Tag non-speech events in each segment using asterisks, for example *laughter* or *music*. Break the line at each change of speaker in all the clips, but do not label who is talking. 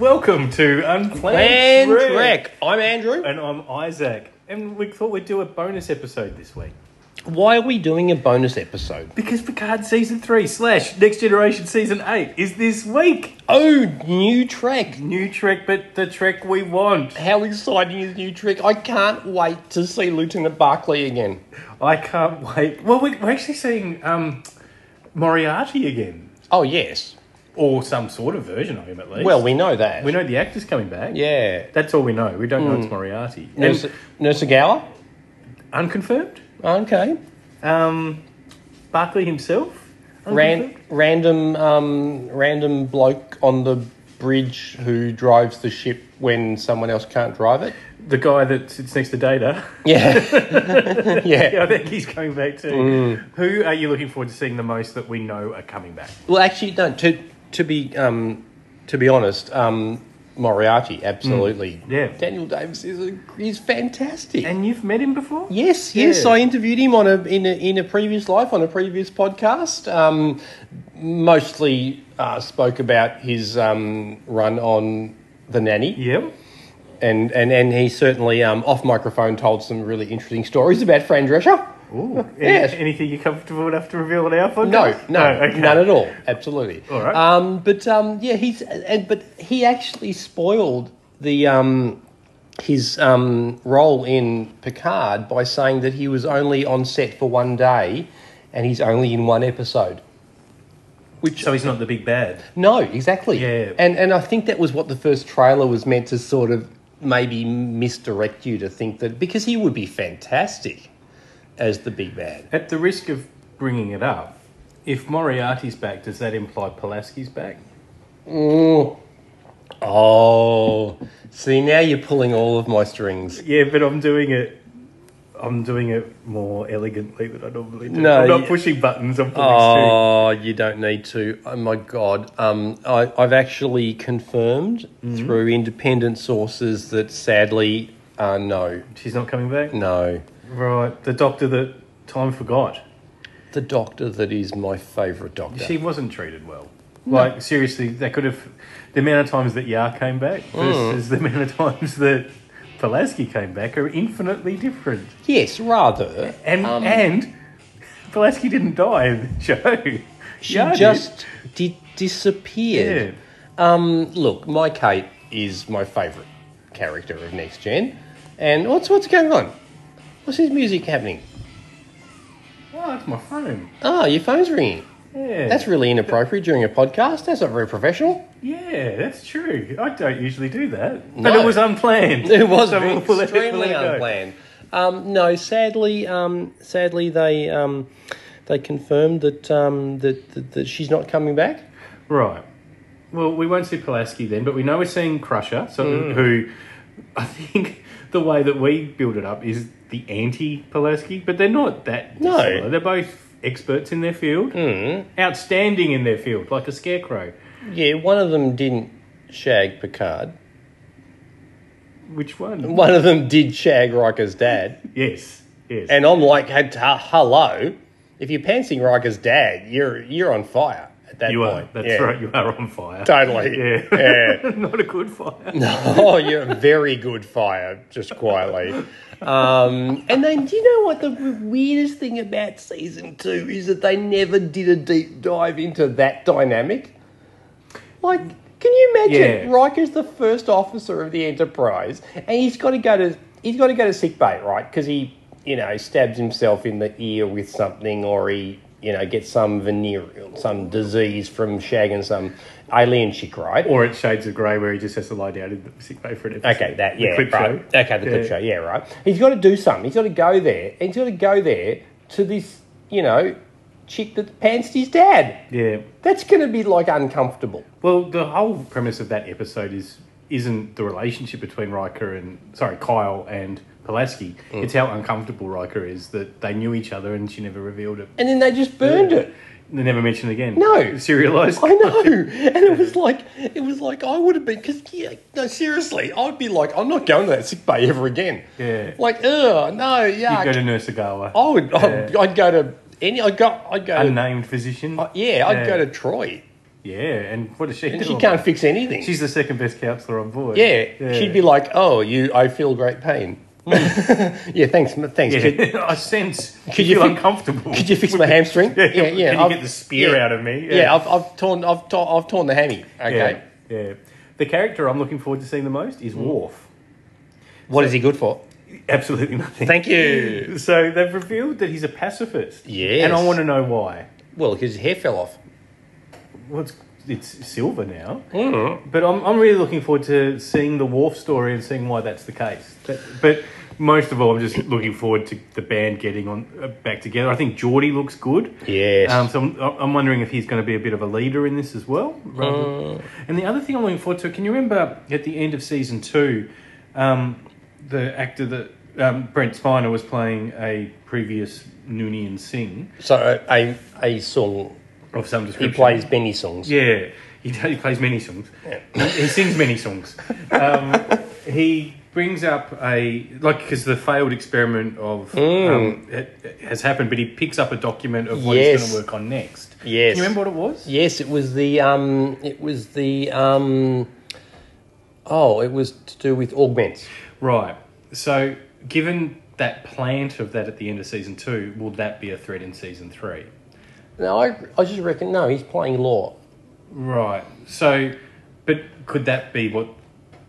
Welcome to Unplanned
Planned
Wreck.
wreck. I'm Andrew.
And I'm Isaac. And we thought we'd do a bonus episode this week.
Why are we doing a bonus episode?
Because Picard Season 3 slash Next Generation Season 8 is this week.
Oh, new Trek.
New Trek, but the Trek we want.
How exciting is new Trek? I can't wait to see Lieutenant Barclay again.
I can't wait. Well, we- we're actually seeing um, Moriarty again.
Oh, yes.
Or some sort of version of him, at least.
Well, we know that.
we know the actor's coming back.
yeah. Hmm.
That's all we know. We don't know it's Moriarty. And
Nurse, Nurse Agawa?
unconfirmed?
Okay.
Um, Barclay himself?
Mm-hmm. Ran, random, um, random bloke on the bridge who drives the ship when someone else can't drive it.
the guy that sits next to Data. *laughs*
Yeah. *laughs* yeah.
Yeah, I think he's coming back too. Who are you looking forward to seeing the most that we know are coming back?
Well, actually, no. To to be um, to be honest, um, Moriarty, absolutely.
Yeah.
Daniel Davis is a, is fantastic.
Mm. And you've met him before?
yes, yes,
Yeah.
I interviewed him on a in a in a previous life on a previous podcast. Um, mostly uh, spoke about his um, run on the nanny
Yeah.
and and and he certainly um, off microphone told some really interesting stories about Fran Drescher.
Ooh. Any-
Yes.
Anything you're comfortable enough to reveal on our podcast?
No, no,
Oh, okay.
none at all. Absolutely.
All right.
Um, but um, yeah, he's and but he actually spoiled the um, his um, role in Picard by saying that he was only on set for one day, and he's only in one episode.
So he's not the big bad.
No, exactly.
Yeah.
And and I think that was what the first trailer was meant to sort of maybe misdirect you to think that because he would be fantastic as the big bad.
At the risk of bringing it up, if Moriarty's back, does that imply Pulaski's back?
Oh, see now you're pulling all of my strings.
Yeah, but I'm doing it. I'm doing it more elegantly than I normally do.
No,
I'm not
you-
pushing buttons. I'm pulling strings.
Oh, you don't need to. Oh my God, um, I, I've actually confirmed
Mm-hmm.
through independent sources that sadly, uh, no,
She's not coming back.
no,
Right, the doctor that time forgot.
the doctor that is my favourite doctor.
She wasn't treated well. Like seriously, they could have the amount of times that Yar came back
Mm.
versus the amount of times that Pulaski came back are infinitely different.
yes, rather.
And
Um,
and Pulaski didn't die in the show.
she
Yar did.
just di- disappeared.
yeah.
Um, look, my Kate is my favourite character of Next Gen, and what's what's going on? What's this music happening?
Oh, that's my phone.
Oh, your phone's ringing.
Yeah,
That's really inappropriate during a podcast. That's not very professional. *laughs*
yeah, that's true. I don't usually do that, but
No.
it was
*laughs*
unplanned.
It was
So we'll let- we'll let
extremely
it go.
unplanned. Um, no, sadly, um, sadly they um, they confirmed that, um, that that that she's not coming back.
Right. Well, we won't see Pulaski then, but we know we're seeing Crusher, so
Hmm.
who I think *laughs* the way that we build it up is the anti Pulaski, but they're not that
No. Hmm.
dissimilar. They're both experts in their field, mm. outstanding in their field, like a scarecrow.
Yeah, one of them didn't shag Picard.
Which one?
One of them did shag Riker's dad,
Yes, yes.
and I'm like, "Hey, t- hello. If you're pantsing Riker's dad, you're you're on fire at that
you
point.
are. That's
Yeah,
right. You are on fire. *laughs*
Totally.
Yeah.
yeah.
*laughs* not a good fire. *laughs*
oh, you're a very good fire, just quietly. Um, and then, do you know what the weirdest thing about season two is that they never did a deep dive into that dynamic? Like, can you imagine
Yeah.
Riker's the first officer of the Enterprise, and he's got to go to he's got to go to sick bay, right? Because he, you know, stabs himself in the ear with something, or he, you know, gets some venereal, some disease from shagging some alien chick, right?
Or it's Shades of Grey, where he just has to lie down in the sick bay for an episode.
Okay, that
The
yeah,
clip
right.
show.
Okay, the clip
Yeah.
show. Yeah, right. He's got to do something. He's got to go there. He's got to go there to this, you know, chick that pantsed his dad.
Yeah.
That's going to be like uncomfortable.
Well, the whole premise of that episode is isn't the relationship between Riker and sorry Kyle and Pulaski.
Mm.
It's how uncomfortable Riker is that they knew each other and she never revealed it.
And then they just burned it.
They never mentioned it again.
No.
serialized.
I know.
*laughs*
And it was like, it was like I would have been because yeah, no, seriously, I'd be like, I'm not going to that sick bay ever again.
Yeah.
Like, ugh, no, yeah.
You go to Nurse Agawa,
I would. I'd, I'd go to any. I'd go. I'd go. to-
unnamed physician.
yeah, I'd
Yeah.
go to Troy.
Yeah, and what does she
And
do
she
on
can't
that?
fix anything.
She's the second best counsellor on board.
yeah, she'd be like, "Oh, you, I feel great pain." *laughs* yeah, thanks, m- thanks. Could,
Yeah. *laughs* I sense
Could
you
you
feel
fix-
uncomfortable.
could you fix my hamstring?
*laughs* Yeah, can you
I've-
get the spear
yeah.
out of me?
Yeah, I've, I've torn, I've, tor- I've torn the hammy. Okay,
Yeah. yeah. The character I'm looking forward to seeing the most is Worf.
what is he
*laughs*
good for?
Absolutely nothing.
Thank you.
So they've revealed that he's a pacifist.
Yes.
And I want to know why.
Well, his hair fell off.
Well, it's, it's silver now.
Mm-hmm.
But I'm, I'm really looking forward to seeing the Wharf story and seeing why that's the case. That- but most of all, I'm just looking forward to the band getting on uh, back together. I think Geordie looks good.
Yes.
Um, so I'm, I'm wondering if he's going to be a bit of a leader in this as well.
Mm.
rather- And the other thing I'm looking forward to, can you remember at the end of season two, um, the actor that um, Brent Spiner was playing a previous Noonien Singh
So uh, a a song
of some
he
description?
plays many songs.
Yeah, he, *laughs* does- he plays many songs. He, he sings many songs. Um, he brings up a like because the failed experiment of
Mm.
um, it, it has happened, but he picks up a document of what he's
Yes.
going to work on next.
Yes.
Can you remember what it was?
Yes, it was the um, it was the um, oh, it was to do with augments.
Right. So, given that plant of that at the end of season two, will that be a threat in season three?
No, I, I just reckon no, he's playing law.
Right. So, but could that be what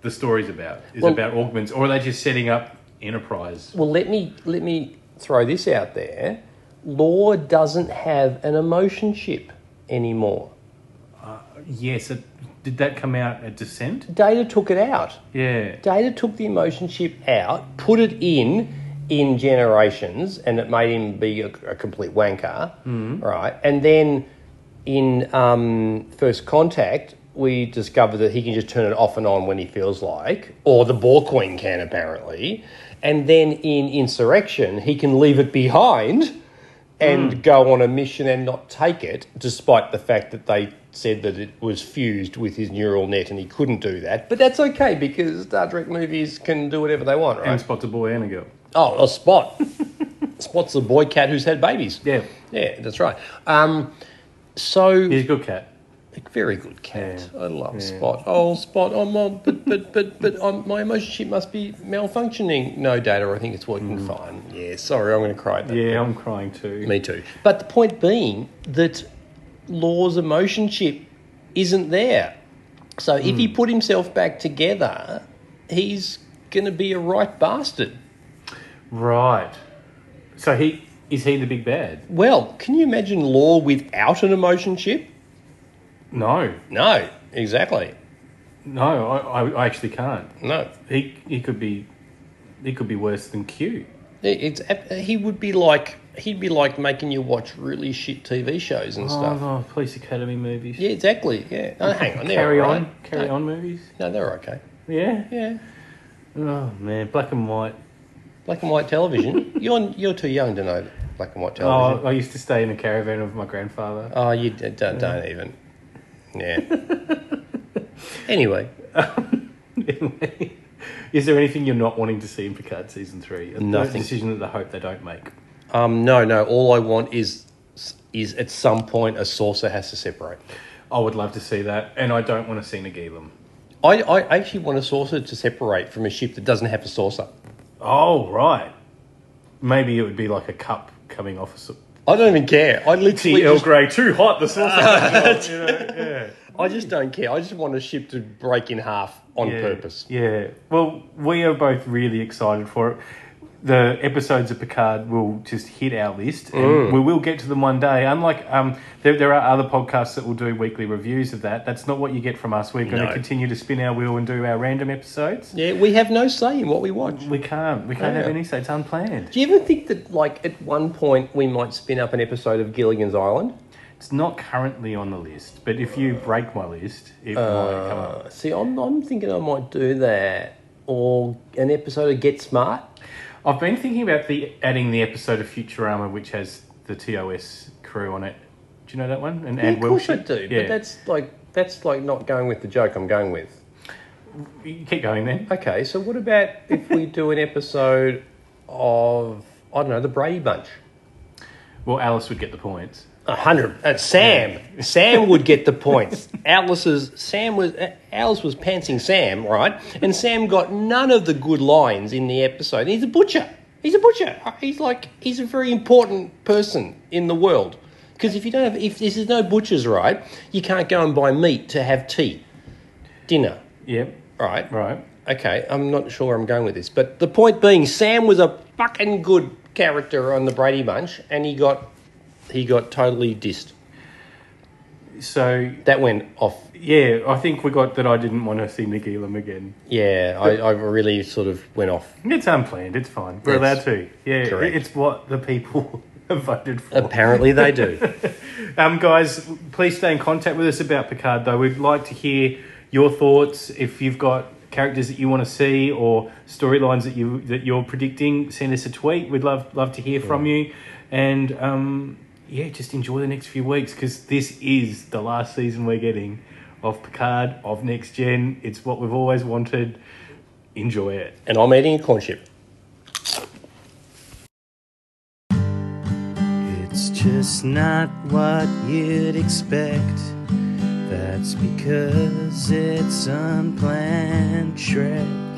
the story's about? Is
Well-
about augments, or are they just setting up enterprise?
Well, let me let me throw this out there. Law doesn't have an emotion chip anymore.
Yes. It, did that come out at Descent?
Data took it out.
Yeah.
Data took the emotion chip out, put it in in generations, and it made him be a, a complete wanker, right? And then in um, First Contact, we discover that he can just turn it off and on when he feels like, or the Boar Queen can apparently. And then in Insurrection, he can leave it behind and
Hmm.
go on a mission and not take it, despite the fact that they said that it was fused with his neural net and he couldn't do that. But that's okay because Star Trek movies can do whatever they want, right?
And spots a boy and a girl.
oh, a spot. *laughs* Spot's the boy cat who's had babies.
Yeah.
Yeah, that's right. Um, so
He's a good cat.
a very good cat. I love Spot. Oh, Spot. Oh, mom, but but but but um, my emotion chip must be malfunctioning. No, Data. I think it's working
Hmm.
fine. Yeah. Sorry, I'm going to cry at that.
Yeah, I'm crying too.
Me too. But the point being that Law's emotion chip isn't there. So if he put himself back together, he's going to be a right bastard.
Right. So he is he the big bad?
Well, can you imagine Law without an emotion chip?
No,
No, exactly.
no, I, I, I actually can't.
No.
He he could be he could be worse than Q.
It- It's, he would be like he'd be like making you watch really shit TV shows and stuff.
Oh, oh, Police Academy movies.
Yeah, exactly. Yeah.
*laughs*
No, hang on. they're
Carry
all right.
on, carry on movies.
No, they're okay.
Yeah.
Yeah.
Oh man, black and white.
Black and
*laughs*
white television. you're you're too young to know black and white television.
Oh, I used to stay in a caravan with my grandfather.
Oh, you d- don't, don't even. Yeah. *laughs* anyway,
*laughs* Is there anything you're not wanting to see in Picard season three? A
Nothing.
decision that I hope they don't make.
um, no, no. All I want is is at some point a saucer has to separate.
I would love to see that, and I don't want to see Nagilum.
I, I actually want a saucer to separate from a ship that doesn't have a saucer.
Oh right. Maybe it would be like a cup coming off a s-
I don't even care. I literally,
Tea Earl
just,
Grey too hot. *laughs* The *laughs* sauce. you know, yeah.
I just don't care. I just want a ship to break in half on
yeah.
purpose.
Yeah. Well, we are both really excited for it. The episodes of Picard will just hit our list, and
Mm.
we will get to them one day. Unlike um, there, there are other podcasts that will do weekly reviews of that. That's not what you get from us. We're going to
No.
continue to spin our wheel and do our random episodes.
Yeah, we have no say in what we watch.
We can't. We can't
Yeah.
have any. So it's unplanned.
Do you ever think that, like, at one point we might spin up an episode of Gilligan's Island?
It's not currently on the list, but if you break my list, it might come up.
Uh, See, I'm, I'm thinking I might do that. Or an episode of Get Smart.
I've been thinking about the adding the episode of Futurama which has the TOS crew on it. Do you know that one? And
Yeah,
Ann
of course I
Wilson?
do.
Yeah.
But that's like that's like not going with the joke I'm going with.
You keep going then.
Okay, so what about if we do an episode of I don't know the Brady Bunch?
Well, Alice would get the points.
A hundred. Uh, Sam. Sam would get the points. Alice's Sam was uh, Alice was pantsing Sam, right? And Sam got none of the good lines in the episode. He's a butcher. He's a butcher. Uh, He's like he's a very important person in the world. Because if you don't have if there's no butchers, right, you can't go and buy meat to have tea, dinner,
Yep.
right?
Right.
Okay, I'm not sure where I'm going with this, but the point being, Sam was a fucking good character on the Brady Bunch, and he got he got totally dissed.
So
That went off.
yeah, I think we got that. I didn't want to see Nick Elam again.
Yeah, I, I really sort of went off.
It's unplanned. It's fine. We're
That's
allowed to. Yeah,
correct.
it's what the people *laughs* have voted for.
Apparently, they do.
Um, guys, please stay in contact with us about Picard, though. We'd like to hear your thoughts. If you've got characters that you want to see or storylines that you that you're predicting, send us a tweet. We'd love love to hear from you, and um, yeah, just enjoy the next few weeks because this is the last season we're getting of Picard of Next Gen. It's what we've always wanted. Enjoy it.
and I'm eating a corn chip.
It's just not what you'd expect. That's because it's unplanned Shrek.